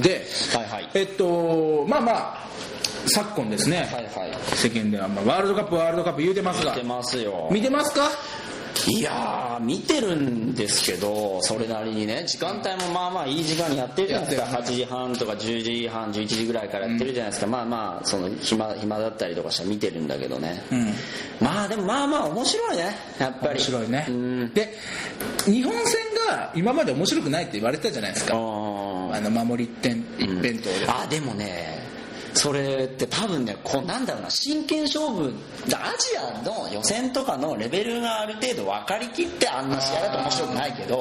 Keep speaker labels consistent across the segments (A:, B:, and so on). A: で、
B: はいはい
A: えっとまあまあ昨今ですね、
B: はいはい
A: 世間では、まあ、ワールドカップワールドカップ言うてます
B: 見
A: が
B: てますよ
A: 見てますか
B: いやー見てるんですけどそれなりにね時間帯もまあまあいい時間にやってるじゃないですか
A: や
B: 8時半とか10時半11時ぐらいからやってるじゃないですか、まあまあその暇暇だったりとかして見てるんだけどね、
A: ん
B: まあでもまあまあ面白いねやっぱり
A: 面白いね、
B: うん
A: で日本戦が今まで面白くないって言われてたじゃないですか、
B: あ
A: あの守り一点一
B: ー
A: 辺倒で、
B: あでもねそれって多分ねこうなんだろうな真剣勝負だアジアの予選とかのレベルがある程度分かりきってあんな試合だと面白くないけど、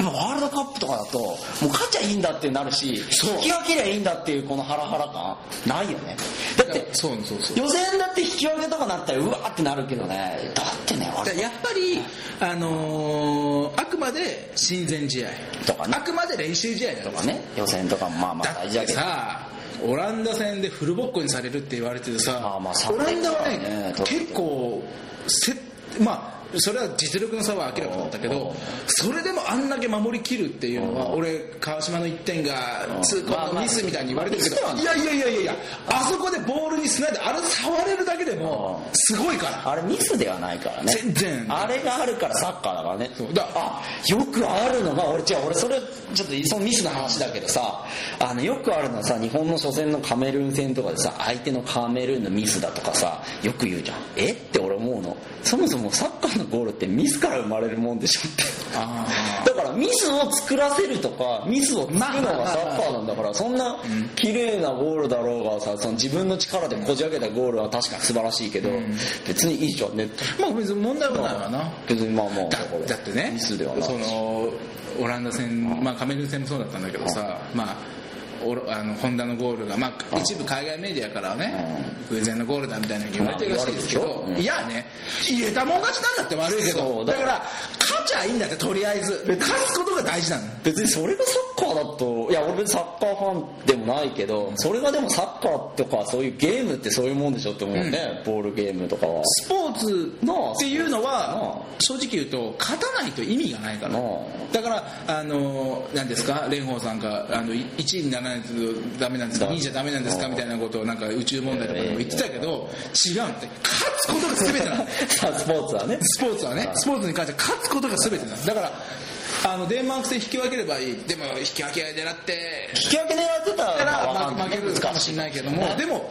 B: やっぱワールドカップとかだともう勝っちゃいいんだってなるし引き分けりゃいいんだっていうこのハラハラ感ないよねだって
A: そうそうそう
B: 予選だって引き分けとかなったらうわーってなるけどねだってねワ
A: だか
B: ールドカップ
A: らやっぱり、あのーあくまで親善試合
B: とかね
A: あくまで練習試合だと
B: と
A: か
B: かね予選とかもまあまあ
A: だ
B: 大
A: っ
B: 事だ
A: て
B: けど
A: さオランダ戦でフルボッコにされるって言われててさ、
B: まあまあ
A: オランダはね
B: ね
A: 結構せまあそれは実力の差は明らかだったけ
B: うん
A: どそれでもあんだけ守りきるっていうのは俺川島の1点が痛
B: ま
A: 恨
B: あま
A: の
B: あ
A: ミスみたいに言われてるけど
B: ミスではない
A: いやいやいやいやいやあそこでボールにつないであれ触れるだけでも
B: うん
A: すごいから
B: あれミスではないからね
A: 全然
B: あれがあるからサッカーだからね
A: そうだ
B: あよくあるのが俺違う俺それちょっとそのミスの話だけどさあのよくあるのはさ日本の初戦のカメルーン戦とかでさ相手のカメルーンのミスだとかさよく言うじゃんえって俺思うのそもそもサッカーのゴールってミスから生まれるもんでしょって
A: あ
B: だからミスを作らせるとかミスを作るのがサッカーなんだからそんな綺麗なゴールだろうがさその自分の力でこじ開けたゴールは確かに素晴らしいけど別にいいじゃんねって
A: まあ別に問題はないわな
B: 別にまあまあ
A: だ
B: これ
A: だってね
B: ミスではない
A: そのオランダ戦、まあ、カメルーン戦もそうだったんだけどさ、まあ、オロあのホンダのゴールが、まあ、一部海外メディアからはね、偶然のゴールだみたいなふうに言われてるらしいですけ
B: まあ言
A: ど
B: わ、れるでしょうん
A: いやね入れたもん勝ちなんだって悪いけ
B: そ
A: ど
B: う
A: だ
B: だ
A: から勝ちゃいいんだってとりあえず勝つことが大事なの
B: 別にそれがサッカーだといや俺別にサッカーファンでもないけどそれがでもサッカーとかそういうゲームってそういうもんでしょって思うね、ボールゲームとかは
A: スポーツっていうのは
B: なあ
A: 正直言うと勝たないと意味がないから
B: なあ
A: だからあの何ですか蓮舫さんがあのい1位にならないとダメなんですか2位じゃダメなんですかみたいなことをなんか宇宙問題とかでも言ってたけど違うんだって勝つことが全てなんだ
B: さあスポーツはね
A: スポーツはねスポーツに関しては勝つことが全てなんだだからあのデンマーク戦引き分ければいいでも引き分け狙って
B: 引き分け狙ってた
A: たら
B: まあ
A: まあ負けるかもしれないけどもでも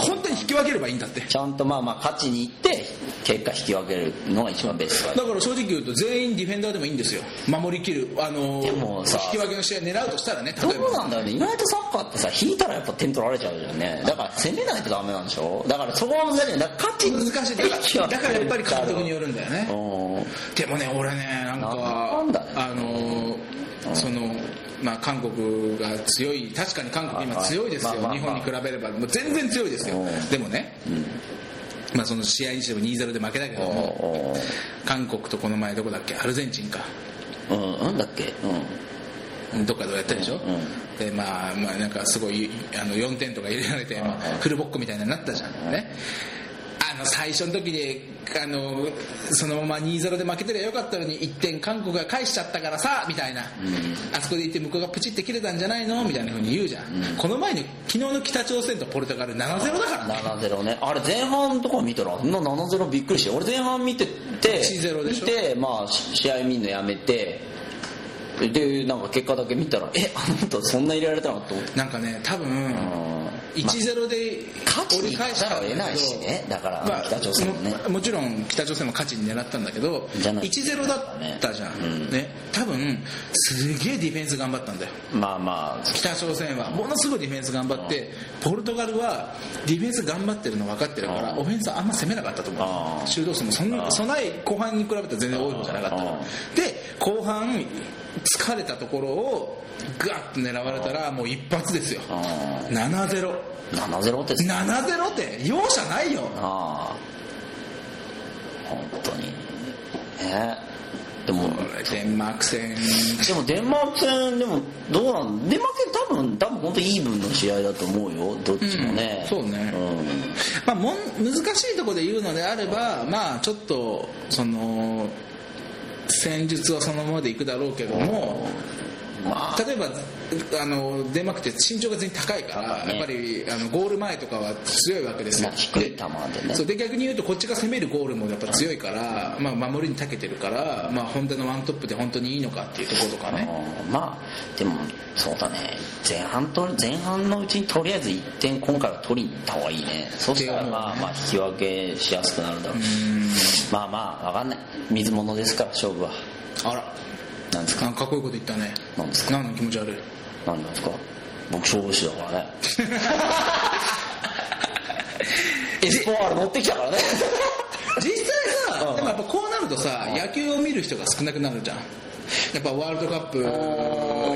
A: 本当に引き分ければいいんだって
B: ちゃんとまあまあ勝ちに行って結果引き分けるのが一番ベストだ
A: だから正直言うと全員ディフェンダーでもいいんですよ守りきる、あの
B: で
A: ー
B: もさ
A: 引き分けの試合狙うとしたらね
B: ど
A: 例え
B: う
A: ば
B: なんだろうね意外とサッカーってさ引いたらやっぱ点取られちゃうじゃんねだから攻めないとダメなんでしょだからそこは難しいねだから勝ちに
A: 難しいだから だからやっぱり監督によるんだよね
B: うん
A: でもね俺ねなんか
B: なんだね
A: あのーそのまあ、韓国が強い確かに韓国今強いですよ、
B: まあまあ
A: 日本に比べればもう全然強いですよ
B: うん
A: でもね、まあ、その試合にしても2-0で負けたけども韓国とこの前どこだっけアルゼンチンか
B: うん、うん、なんだっけ、うん、
A: どっかでやったでしょ、
B: うんうん
A: でまあまあなんかすごいあの4点とか入れられて、まあ、フルボッコみたいになったじゃんねあの最初の時であのそのまま2-0で負けてりゃよかったのに1点韓国が返しちゃったからさみたいな、あそこでいって向こうがプチって切れたんじゃないのみたいなふうに言うじゃん、この前の昨日の北朝鮮とポルトガル7-0だからね
B: 7-0ねあれ前半とか見たらあんな7-0びっくりして俺前半見てて
A: 1-0でしょ
B: 見て、まあ、し試合見るのやめてでなんか結果だけ見たらえあの人そんな入れられたのと思って
A: なんかね多分1-0で
B: 勝ち
A: 折
B: に
A: り
B: 行
A: 返
B: か
A: し
B: ざ
A: た
B: る
A: んだけ
B: を
A: ど
B: 得ないしねだから、
A: まあ
B: 北朝鮮もね
A: ももちろん北朝鮮も勝ちに狙ったんだけど
B: じゃない
A: 1-0だったじゃん、ね、多分すげえディフェンス頑張ったんだよ
B: まあまあ
A: 北朝鮮はものすごいディフェンス頑張ってポルトガルはディフェンス頑張ってるの分かってるから
B: うん
A: オフェンスあんま攻めなかったと思
B: う
A: うん修道数もそんな備え後半に比べたら全然多い方じゃなかったから
B: うん
A: で後半疲れたところをガッと狙われたらもう一発ですよ
B: う
A: 7-0
B: 7-0ってさ
A: 7-0って容赦ないよ
B: ああ本当にねでも
A: デンマーク戦
B: でもデンマーク戦でもどうなんデンマーク戦多分多分本当イーブンの試合だと思うよどっちもね、
A: うんそうね
B: うん
A: まあ、もん難しいところで言うのであれば、まあ、ちょっとその戦術はそのままでいくだろうけども、
B: まあ
A: 例えばあのデンマークって身長が全然高いから、
B: 高いね
A: やっぱりあのゴール前とかは強いわけです
B: ま
A: よ
B: あ、低い球でね
A: そうで逆に言うとこっちが攻めるゴールもやっぱ強いから、まあ、守りに長けてるから、まあ、本田のワントップで本当にいいのかっていうところとかね
B: うんまあでもそうだね前半と前半のうちにとりあえず1点今回は取りに行った方がいいねそうしたら
A: 違う
B: まあまあ引き分けしやすくなるだろうまあまあわかんない水物ですから勝負は
A: あら
B: なんですか
A: なんかかっこいいこと言ったね
B: なんですか
A: なんの気持ち悪い
B: なんなんですか僕勝負師だからねエスポワール乗ってきたからね
A: 実際
B: う
A: さ
B: ん
A: でもやっぱこうなるとさ野球を見る人が少なくなるじゃんやっぱワールドカップ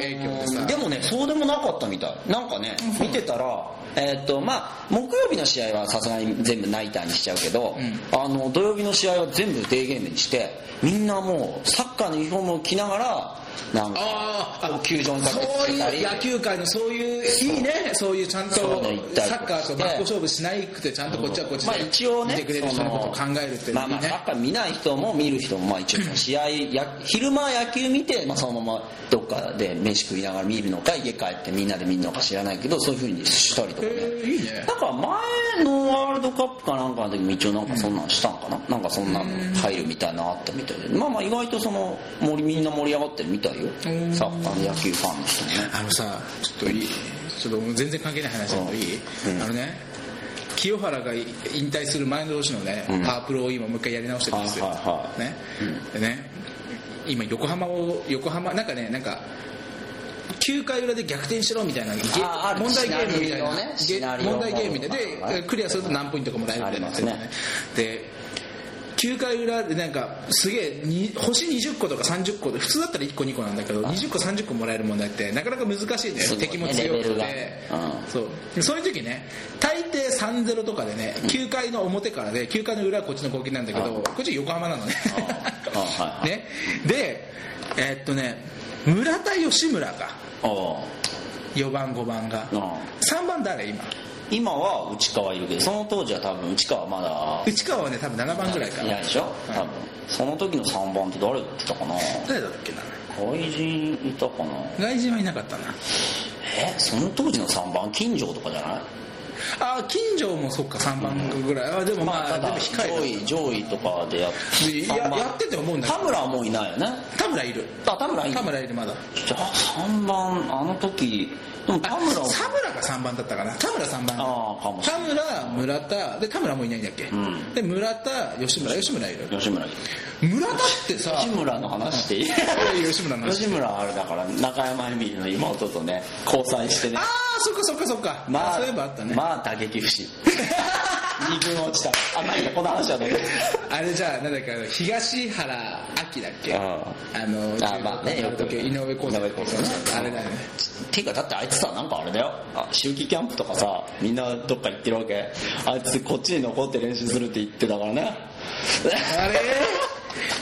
A: 影響でさ
B: でもねそうでもなかったみたいなんかね見てたらえーっとまあ木曜日の試合はさすがに全部ナイターにしちゃうけど、
A: う
B: あの土曜日の試合は全部デーゲームにしてみんなもうサッカーのユニフォームを着ながらなんか
A: あーあ
B: 球場に立て
A: そう
B: てたり
A: いう野球界のそういういいねそういうちゃんとサ
B: そういうの行ったりとかして
A: ッカーと真っ向勝負しないくてちゃんとこっちはこっち
B: まあ
A: で
B: 一応ね
A: 見てくれる人のことを考えるっていう
B: まあま
A: の
B: あ
A: ね
B: サッカー見ない人も見る人もまあ一応その試合や昼間野球見て、まあ、そのままどっかで飯食いながら見るのか家帰ってみんなで見るのか知らないけどそういうふうにしたりとかね、
A: えーいいね
B: だから前のワールドカップかなんかの時も一応なんかそんなんしたんかな、なんかそんなの入るみたいなのあったみたいでまあまあ意外とその盛りみんな盛り上がってるみたいよサ
A: ん
B: ッカーの野球ファンの人もね
A: あのさちょっといいちょっともう全然関係ない話だけどいい、あのね清原が引退する前の年のね、パワープロを今もう一回やり直してるんですよ、
B: はいはいはい
A: ねでね今横浜を横浜なんかねなんか9回裏で逆転しろみたいなゲ
B: あーある
A: 問題ゲームみたいな、
B: シナリオねシナリオ
A: ゲ問題ゲームみたいなで
B: はい
A: クリアすると何ポイントかもらえるみたいなやつ
B: ありま
A: で9回裏でなんかすげえに星20個とか30個で普通だったら1個2個なんだけど20個30個もらえる問題ってなかなか難しいんだよ
B: す
A: ね
B: ご
A: 敵
B: いね
A: も強くて、
B: レベルがうん
A: そうでそういう時ね大抵3-0とかでね9回の表からで9回の裏はこっちの攻撃なんだけどこっち横浜なのね
B: ああはいはい
A: ねでえーっとね村田吉村が
B: あ
A: 4番5番が
B: あああ
A: 3番誰今
B: 今は内川いるけどその当時は多分内川まだ
A: 内川はね多分7番ぐらいか
B: い
A: な
B: ないでしょ多分その時の3番って誰だったかな
A: 誰だっけな
B: 外人いたかな
A: 外人はいなかったな
B: えその当時の3番金城とかじゃない
A: あー近所もそっか3番ぐらい、あーでもまあ、
B: た
A: でも
B: だ
A: 控
B: 上
A: え
B: 位上位とかでやった
A: ややってて思うんだけ
B: 田
A: ど
B: 村はもういないよね
A: 田村いる
B: あ田村いい
A: 田村いるまだ
B: じゃあ3番あの時でも田村は
A: 田村が3番だったかな田村3番
B: ああかもしれ
A: 田村村田で田村もいないんだっけ、
B: ん
A: で村田吉村吉村いる
B: ない吉村いい
A: 村田ってさ
B: 吉村の話していい
A: いや吉村の話
B: 吉村はあれだから中山恵美の妹とね交際してね
A: ああそっかそっかそっか、
B: まあ
A: そういえばあったね、
B: まあ打撃不振 二軍落ちたあまあいいやこの話はどうぞ
A: あれじゃあなんだっけあの東原明だっけ
B: あ
A: あの
B: あまあね
A: 中学の時井上康
B: 井上康生ね
A: 生あれだよね
B: ていうかだってあいつさなんかあれだよあ秋季キャンプとかさみんなどっか行ってるわけあいつこっちに残って練習するって言ってたか らね
A: あれ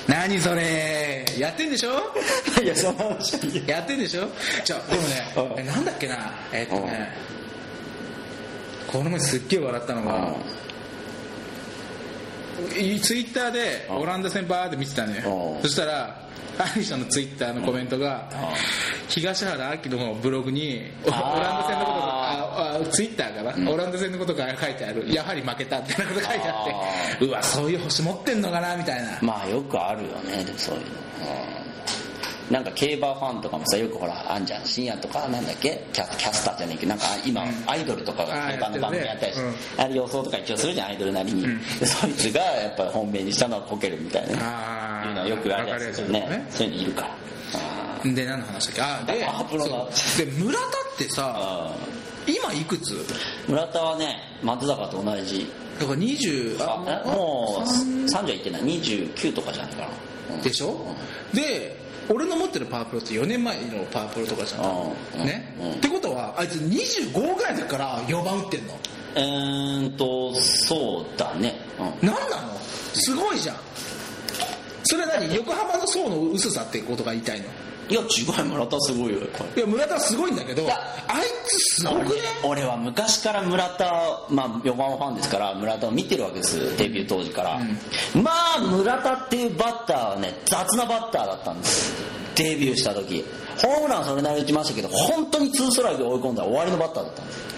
A: 何それやってんでしょ
B: いやその話はいいよ
A: やってんでしょじゃあでもね
B: うん
A: えなんだっけなえっとねこの前すっげえ笑ったのがいツイッターで
B: うん
A: オランダ戦バーって見てたのよ
B: うん
A: そしたらアリシャのツイッターのコメントが東原明のブログにオオ
B: あ
A: ラ
B: ー
A: ンダ戦のことがああツイッターかな、オランダ戦のことが書いてあるやはり負けたってなこと書いてあってうわそういう星持ってんのかなみたいな
B: まあよくあるよねでもそういうの、うん、なんか競馬ファンとかもさよくほらあんじゃん深夜とかなんだっけキャキャスターじゃねえけどなんか今、アイドルとか
A: あ
B: が
A: ー
B: 競馬の番組やったりして、
A: やって
B: あれ予想とか一応するじゃんアイドルなりに、でそいつがやっぱり本命にしたのはこけるみたいなね
A: あー
B: いうのはよくあるやつですよね
A: わかるやつ
B: そういうのいるから
A: で何の話だっけあで
B: あプロの
A: そうで村田ってさ
B: あー
A: 今いくつ
B: 村田はね松坂と同じ
A: だから20
B: あ
A: あ
B: えもう30はいってない29とかじゃないかな、うん
A: でしょで俺の持ってるパワープロって4年前のパワープロとかじゃ
B: うん
A: んね
B: うん
A: ってことはあいつ25ぐらいだから4番打ってんの
B: えーんとそうだね、うん
A: なんなのすごいじゃんそれは何横浜の層の薄さってことが言いたいの
B: いや違う村田すごいよ
A: いや村田はすごいんだけど
B: や
A: あいつすごくね
B: 俺は昔から村田、まあ、4番ファンですから村田を見てるわけですデビュー当時から、まあ村田っていうバッターはね雑なバッターだったんですデビューした時ホームランそれなりに打ちましたけど本当にツーストライクで追い込んだら終わりのバッターだったんです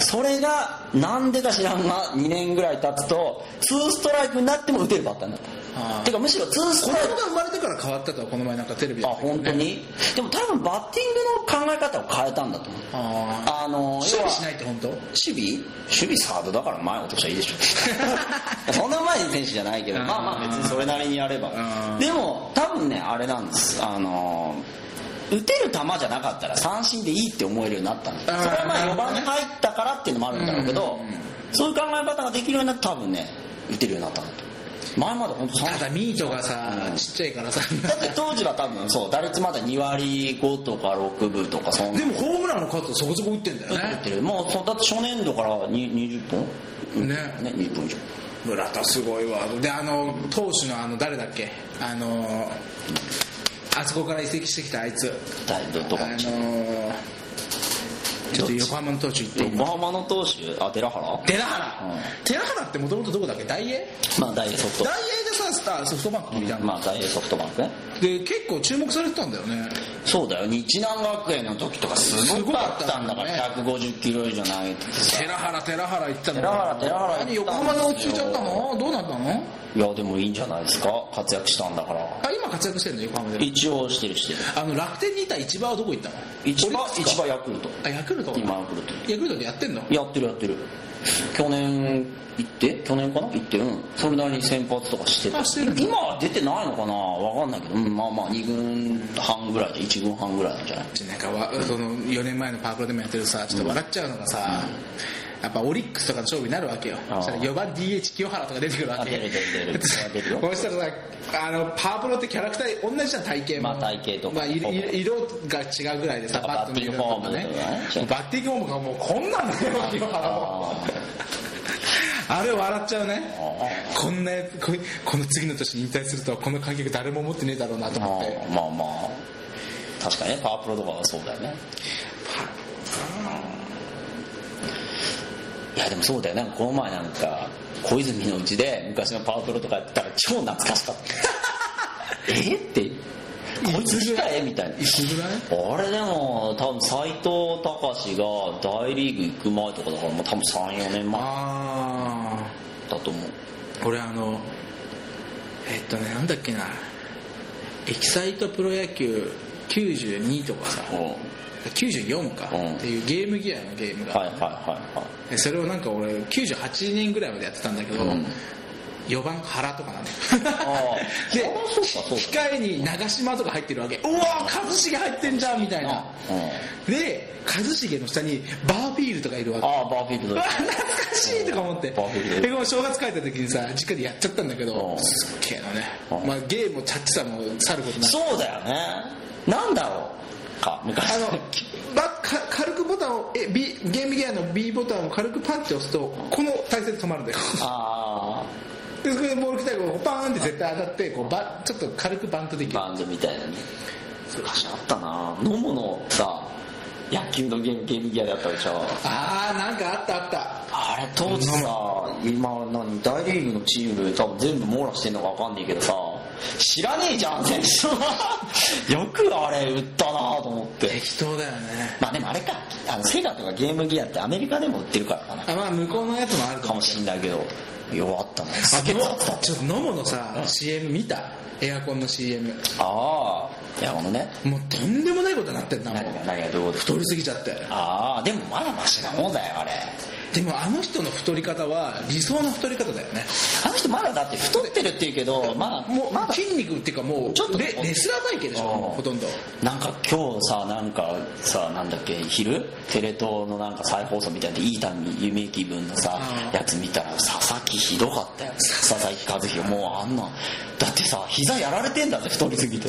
B: それがなんでか知らんが2年ぐらい経つとツーストライクになっても打てるバッターになっ
A: は
B: た
A: い
B: てかむしろツース
A: 子供
B: ト
A: が
B: ライク
A: 生まれてから変わったとはこの前なんかテレビ
B: あ
A: で
B: 本当にでも多分バッティングの考え方を変えたんだと思う
A: ああ
B: あの
A: 守
B: 要は
A: 備しないって本当
B: 守備守備サードだから前落としたらいいでし ょそんな前に選手じゃないけど
A: うん
B: まあまあ別にそれなりにやれば
A: うん
B: でも多分ねあれなんですあの打てる球じゃなかったら三振でいいって思えるようになったんですそ
A: あー
B: れはまあ
A: なる
B: 4
A: ほど
B: 番
A: ね
B: に入ったからっていうのもあるんだろうけどそういう考え方ができるようになって多分ね打てるようになったんだと前まで本当三
A: ただミートがさちっちゃいからさ
B: だって当時は多分そう打率まだ2割5とか6分とかそんな
A: でもホームランの数そこそこ打ってんだよ
B: 打っ
A: ね
B: てるもうそうだって初年度からに20本
A: ね
B: ね20本以上
A: 村田すごいわであの投手のあの誰だっけあのあそこから移籍してきたあいつ
B: だいぶ
A: あ
B: とか
A: のちょっと横浜の投手行って
B: 横浜の投手あ寺原
A: 寺原、
B: うん
A: 寺原ってもともとどこだっけ大英
B: まあ大栄ソフ
A: 大
B: ト
A: 英でさスターソフトバンクみたいな、
B: まあ大栄ソフトバンクね
A: で結構注目されてたんだよね
B: そうだよ日南学園の時とかすごかったんだから150キロ以上投げててさ
A: 寺原寺原行ったの
B: 寺原寺原行ったんで
A: 何
B: すよ
A: 横浜で落ち着いちゃったのどうなったの
B: いやでもいいんじゃないですか活躍したんだから
A: あ今活躍してんの横浜で
B: 一応してるしてる
A: あの楽天にいた一番はどこ行ったの
B: 一番
A: オリックスか
B: 一番ヤクルト
A: あヤクルト
B: 今ヤクルト
A: ヤクルトでやってんの
B: やってるやってる去年行って去年かな行ってうんそれなりに先発とかしてた
A: あしてるんだ
B: 今は出てないのかなわかんないけど、うん、まあまあ2軍半ぐらいで1軍半ぐらいなんじゃない
A: なんかわその4年前のパークロでもやってるさちょっと笑っちゃうのがさ、やっぱオリックスとかの勝負になるわけよ
B: あー
A: そしたら4番 DH 清原とか出てくるわけ
B: あ出る出る出る出るよ
A: こうしたらさあのパープロってキャラクター同じじゃん体型も、
B: まあ体型とか
A: まあ、いい色が違うぐらいでさ
B: あ
A: バットの色とかねバッティングフォームがもうこんなんだよ清原も
B: あ
A: あれ笑っちゃうね
B: あ
A: こんなやつこいこの次の年に引退するとはこの観客誰も持ってねえだろうなと
B: ま
A: 思
B: あ
A: って
B: まあまあ確かにねパワープロとかはそうだよねいやでもそうだよなんかこの前なんか小泉のうちで昔のパワープロとかやってたら超懐かしかった えってこいつ来たえみたいない
A: つぐらい
B: あれでも多分斎藤隆が大リーグ行く前とかだからもう多分34年前
A: ああ
B: だと思う
A: 俺あのえっとねなんだっけなエキサイトプロ野球92とかさ
B: うんはい
A: 94か
B: うん
A: っていうゲームギアのゲームが、
B: はいはいはい
A: でそれをなんか俺98年ぐらいまでやってたんだけど、
B: うん
A: 4番原とかなのよ
B: あー
A: で
B: あそうかそうか
A: 控えに長嶋とか入ってるわけうわー一茂入ってんじゃんみたいな
B: うん
A: で一茂の下にバーフィールとかいるわけ
B: ああバーフィールド
A: うわ懐かしいとか思って
B: バフル
A: でこの正月帰った時にさ実家でやっちゃったんだけ
B: う
A: ど
B: ん
A: すっげえな
B: う
A: ね、
B: ん
A: まあ、ゲームもチャッチさもさることなく
B: そうだよねなんだろうか昔
A: あのばか軽くボタンをえ、B、ゲームギアの B ボタンを軽くパンチ押すとこの体勢で止まる んだよ
B: あ
A: でそこでボール来たらこうパーンって絶対当たってこうばちょっと軽くバントでき
B: ー
A: る
B: バンドみたいなね昔あったな飲むのさ野球のゲームゲームギアだったでしょ
A: ああなんかあったあった
B: あれ当時さ今何大リーグのチーム多分全部網羅してんのか分かんないけどさ知らねえじゃん選手 よくあれ売ったなと思って
A: 適当だよね
B: まあでもあれかあのセガとかゲームギアってアメリカでも売ってるからかな
A: あまあ向こうのやつもあると思
B: か
A: う
B: もしんないけど弱ったな
A: あ
B: すげ
A: で
B: え
A: も
B: 強かった
A: ちょっと飲むのさ CM 見たエアコンの CM
B: ああいやこのね
A: もうとんでもないことになってんなもう
B: 何が何がどういうこと
A: 太りすぎちゃって
B: ああでもまだマシな方だよあれ
A: でもあの人の太り方は理想の太り方だよね
B: あの人まだだって太ってるって言うけどまあ
A: もう、
B: まだ
A: 筋肉っていうかもう
B: ちょっと
A: レレスラー体型でしょ
B: うん
A: ほとんど
B: なんか今日さなんかさなんだっけ昼テレ東のなんか再放送みたいでいい旅夢気分のさ
A: うん
B: やつ見たら佐々木ひどかったよ佐々木和弘もうあんなだってさ膝やられてんだぜ太りすぎて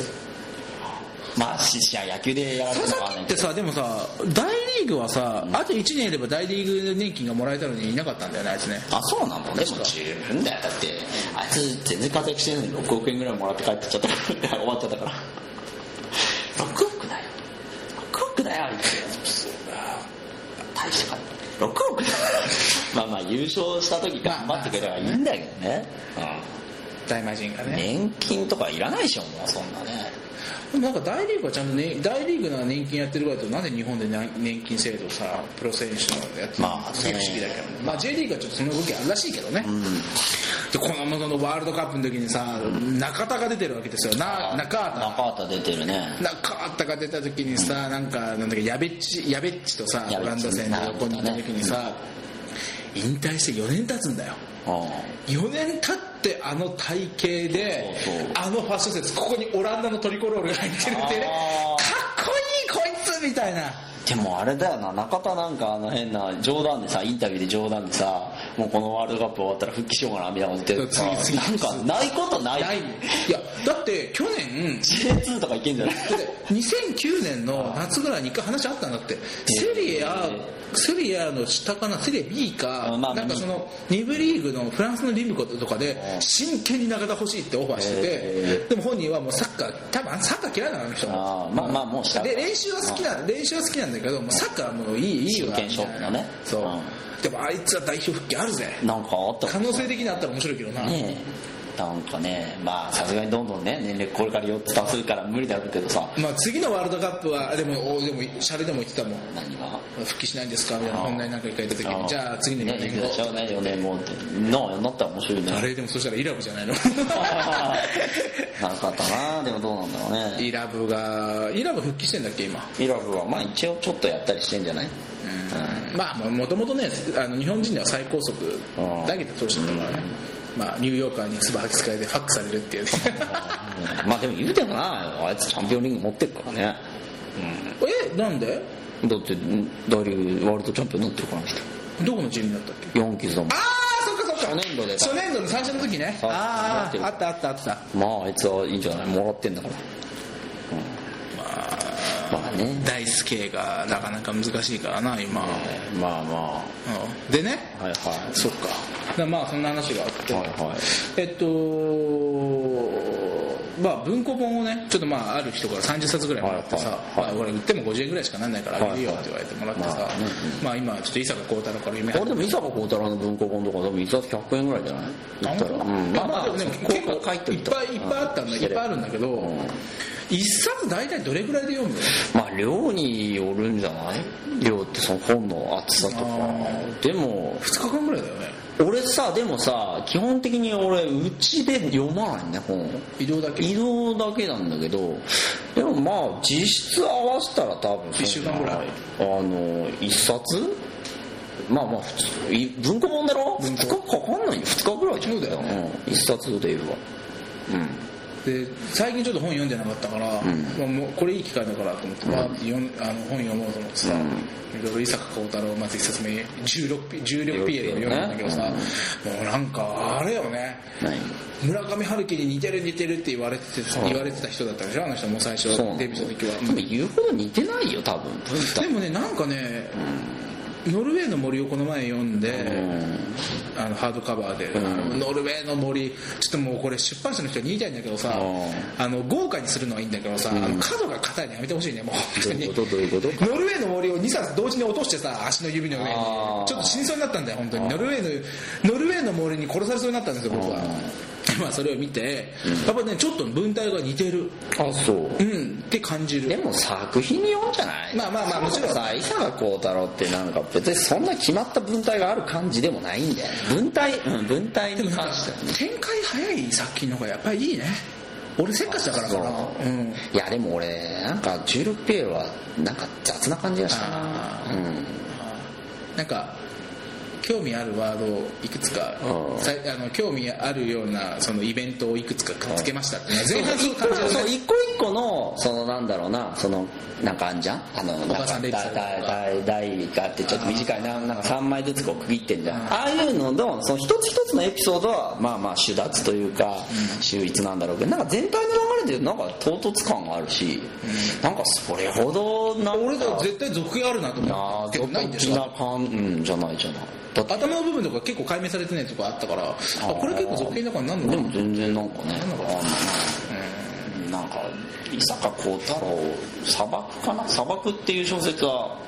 B: まあしし野球でやられて
A: 佐
B: たか
A: 々
B: ら
A: 木っ
B: ね
A: てさでもさ大リーグはさあと1年いれば大リーグ年金がもらえたのにいなかったんだよねあいつね
B: あそうなのでも十分だよだってあいつ全然活躍してないのに6億円ぐらいもらって帰ってっちゃったから 終わっちゃったから6億だよ6億だよあいつ大したから6億だよまあまあ優勝した時頑張ってくれればいいんだけどね、
A: 大魔神が
B: うん
A: ね
B: 年金とかいらないでしょもうそんなね
A: でもなんか大リーグはちゃんと、ね、大リーグなら年金やってるぐらいだとなぜ日本で年年金制度をさプロ選手のやつ
B: まあね
A: 不思議だけど、まあ、J リーグはちょっとその動きあるらしいけどね、でこの間のワールドカップの時にさ中田が出てるわけですよな中畑
B: 中畑出てるね
A: 中畑が出た時にさ、なんかなんだっけやべっちやべっちとさ
B: や
A: オ
B: べ
A: ラ
B: っち
A: ンダ戦で横にいた時にさ、引退して4年経つんだよ
B: う
A: 4年経ってあの体型で
B: そうそう
A: あのファッションセンスここにオランダのトリコロールが入ってるってね
B: あ
A: かっこいいこいつみたいなん
B: でもあれだよな中田なんかあの変な冗談でさインタビューで冗談でさもうこのワールドカップ終わったら復帰しようかなみたいなこと言って
A: そう次
B: なんかないことない
A: ないいやだって去年
B: J2 とかいけんじゃない
A: だって2009年の夏ぐらいに一回話あったんだってセリアセリアの下かなセリア B か
B: うんまあ
A: なんかその2部リーグのフランスのリムコとかで
B: うん
A: 真剣に中田欲しいってオファーして
B: へ
A: てでも本人はもうサッカー多分サッカー嫌いなのあの人
B: あーまあまあもうした
A: で練習は好きなん練習は好きなんだけどもうサッカーはもういいいいわ
B: 真剣勝負のね
A: そう
B: う
A: でもあいつは代表復帰あるぜ
B: なんかあった
A: 可能性的にあったら面白いけどな
B: ねえなんかねまあさすがにどんどんね年齢これから4つ足すから無理だろうけどさ
A: まあ次のワールドカップはでもおでもシャレでも言ってたもん
B: 何が
A: 復帰しないんですかみたいな本題なんか一回言った時にじゃあ次の
B: ね
A: 4
B: い
A: 年
B: くらし
A: 後
B: ょうね4年後ってなあなったら面白いね
A: あれでもそしたらイラブじゃないの
B: なかったなでもどうなんだろうね
A: イラブがイラブ復帰してんだっけ今
B: イラブはまあ一応ちょっとやったりしてんじゃない
A: まあもともとねあの日本人では最高速
B: うん
A: だけど投手だからねまあニューヨーカーに唾吐きつかれてファックされるっていうね
B: うんまあでも言うてもなあいつチャンピオンリング持ってるからね
A: えなんで
B: だって大リーグワールドチャンピオンになってるからね
A: どこのチームだったっけ
B: ヤンキースだもん
A: ああそっかそっか
B: 初年度で
A: 初年度の最初の時ね
B: そう
A: あーあーあったあったあった
B: まああいつはいいんじゃないもらってんだからうんまあね
A: 大輔がなかなか難しいからな今、
B: まあま
A: うんでね
B: あはいはい
A: そっかだからまあそんな話があって、
B: はいはい
A: えっとまあ文庫本をねちょっとまあある人から30冊ぐらいもらってさ、
B: はいはいはい
A: まあ、俺売っても50円ぐらいしかなんないからあげるよって言われてもらってさ、
B: はいはいまあね
A: まあ今ちょっと伊坂幸太郎から夢
B: 俺でも伊坂幸太郎の文庫本とか多分一冊100円ぐらいじゃない言ったらうん
A: まあまあでもね結構
B: 書いて
A: いっぱいいっぱいあったんだいっぱいあるんだけど、一冊大体どれぐらいで読むの
B: まあ量によるんじゃない量ってその本の厚さとかでも
A: 2日間ぐらいだよね
B: 俺さでもさ基本的に俺うちで読まないね本
A: 移動だけ
B: 移動だけなんだけどでもまあ実質合わせたら多分一
A: 一週間ぐらい
B: あの一冊まあまあ普通い文庫本だろ2日かかんないよ2日ぐらいじゃん
A: そうだよね
B: うん一冊で言えばうん
A: で最近ちょっと本読んでなかったから、まあ、もうこれいい機会だからと思って、バーって読んあの本読もうと思ってさ、いろいろ伊坂幸太郎まず一冊目16ピ16ピエロを読んだんだけどさ、もうなんかあれよね
B: 何
A: 村上春樹に似てる似てるって言われてて言われてた人だったでしょあの人も最初
B: そうなの
A: デビューした時は
B: 多分言うほど似てないよ多分文太
A: でもねなんかね、ノルウェーの森をこの前読んで、あのハードカバーで、ノルウェーの森ちょっともうこれ出版社の人に言いたいんだけどさ、
B: う
A: あの豪華にするのはいいんだけどさ、あの角が硬いのやめてほしいねもう
B: ど
A: 本当
B: うい
A: に
B: うことどういうこと
A: ノルウェーの森を2冊同時に落としてさ足の指の上に
B: あー
A: ちょっと死にそうになったんだよ本当にノルウェーのノルウェーの森に殺されそうになったんですよ僕は まあそれを見てやっぱねちょっと文体が似てる
B: あそう
A: うんって感じる
B: でも作品によるんじゃない
A: まあまあまあもちろん
B: さ伊坂幸太郎ってなんか別にそんな決まった文体がある感じでもないんだよね文体うん文体
A: で
B: に
A: もなん
B: 関
A: か
B: しては
A: 展開早い作品の方がやっぱりいいね俺せっかちだからかな
B: そ
A: う
B: う
A: ん
B: いやでも俺なんか16ペールはなんか雑な感じがしたな
A: あ
B: う
A: ー
B: ん
A: なんか興味あるワードをいくつか
B: うん
A: さいあの興味あるようなそのイベントをいくつかくっつけましたってね前半そういう感じだ
B: そう
A: ね
B: 一個一個のそのなんだろうなそのなんかあんじゃんあのお
A: ばさんレ
B: だ
A: シピとか
B: だだ台があってちょっと短いななんか3枚ずつこう区切ってんじゃん、
A: うん
B: ああいうののその一つ一つのエピソードはまあまあ主奪というか秀逸なんだろうけどなんか全体の流れでなんか唐突感があるし、なんかそれほどなんか
A: 俺だ絶対続編あるなと思
B: な
A: ってないんでし
B: な
A: ょ
B: 感うんじゃないじゃないだって
A: 頭の部分とか結構解明されてないとこあったからあこれ結構続編だからなんの
B: で
A: かな
B: も全然なんかね
A: んのか
B: うんなんか伊坂幸太郎「砂漠」かな「砂漠」っていう小説は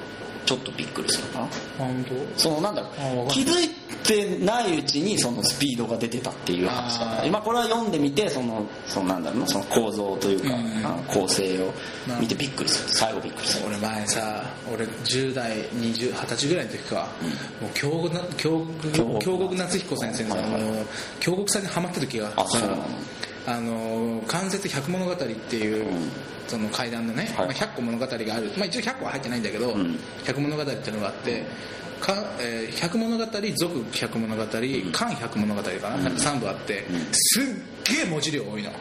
B: ちょっとびっくりするかな
A: 本当
B: そのなんだろ
A: あわ
B: う
A: か
B: 気
A: る
B: づいてないうちにそのスピードが出てたっていう話だか
A: あ
B: ら
A: ー
B: 今これは読んでみてそのそのなんだろうなその構造というか、
A: うん
B: あの構成を見てびっくりする最後びっくりする
A: 俺前さ俺10代20 20歳ぐらいの時か、もう京極な京
B: 京極
A: 極京極夏彦先生のさ
B: はいはい
A: もう京極さんにハマった時があ
B: あ
A: って
B: そうなの
A: あの関節百物語っていう、
B: うん
A: その怪談のね、ま
B: はい
A: あ、100個物語がある、まあ、一応100個は入ってないんだけど、
B: ん
A: 百物語っていうのがあってか、えー百物語俗百物語漢百物語かな,、なんか3部あって、
B: ん
A: すっげえ文字量多いの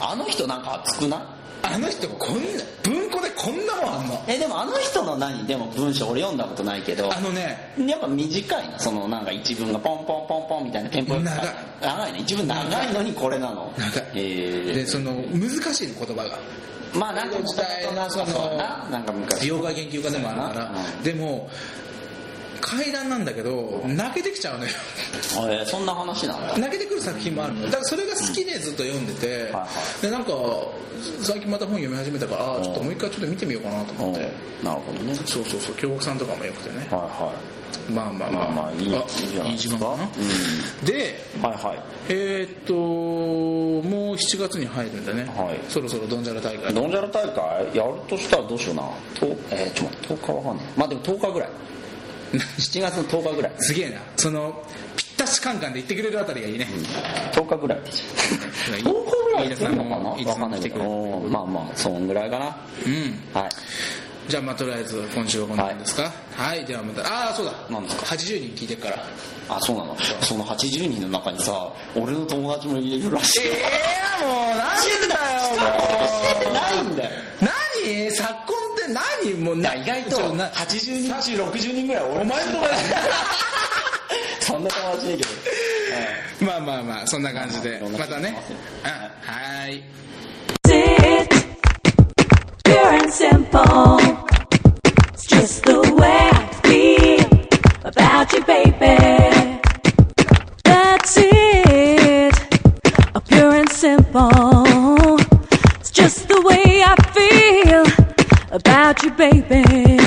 B: あの人なんか熱くない
A: あの人こんな文庫でこんなもんあんの
B: えでもあの人の何でも文章俺読んだことないけど
A: あのね
B: やっぱ短いなそのなんか一文がポンポンポンポンみたいなテンポよく
A: 長い
B: 長いね一文長いのにこれなの
A: 長い
B: え
A: でその難しいの言葉が
B: ー、まあなんか
A: 時代の
B: なんかそうだななんか昔
A: 妖怪研究家でもあるから
B: うん
A: でも階段なんだけど泣けてきちゃうのよ
B: えーそんな話なんだ
A: 泣けてくる作品もあるのよだからそれが好きでずっと読んでて
B: は
A: でなんか最近また本読み始めたからあーちょっともう一回ちょっと見てみようかなと思
B: お
A: っ
B: う
A: て
B: なるほどね
A: そうそうそう京極さんとかもよくてね
B: はいは
A: まあまあ
B: いまあまあいいいい
A: あ
B: じゃない
A: いい
B: です
A: 時
B: か
A: 間かなで
B: うん、はいはい
A: えーっともう7月に入るんだね
B: はい
A: そろそろドンジャラ大会
B: ドンジャラ大会やるとしたらどうしようなと、えー、ちょっと待って10日わかんないまあでも10日ぐらい7月の10日ぐらい
A: すげえなそのぴったしカンカンで言ってくれるあたりがいいね、
B: 10日ぐらい
A: い
B: 10日ぐらい行ってん
A: 飯田さん
B: のかなわかん
A: も
B: ない
A: 飯田さんも来て
B: け
A: くれる
B: どまあまあそんぐらいかな
A: うん
B: はい
A: じゃあまあとりあえず今週はこんなんですかはい、ではまたああそうだ
B: 何ですか
A: 80人聞いてるから
B: あそうなのその80人の中にさ俺の友達もいるらしい
A: ええもう
B: 教えてないんだよ
A: 何昨今って何もうな
B: 意外
A: ちょ
B: と
A: な
B: 80人中60人ぐらい
A: お
B: 俺
A: 前のとこ
B: そんな友達いるけど、は
A: だ
B: い
A: まあまあまあそんな感じで
B: まあまあ
A: またね
B: いろん
A: うんはい。
C: Say it. Pure and simple. It's just the way I feel about you, baby. That's it. Oh, pure and simple. It's just the way I feel about you, baby.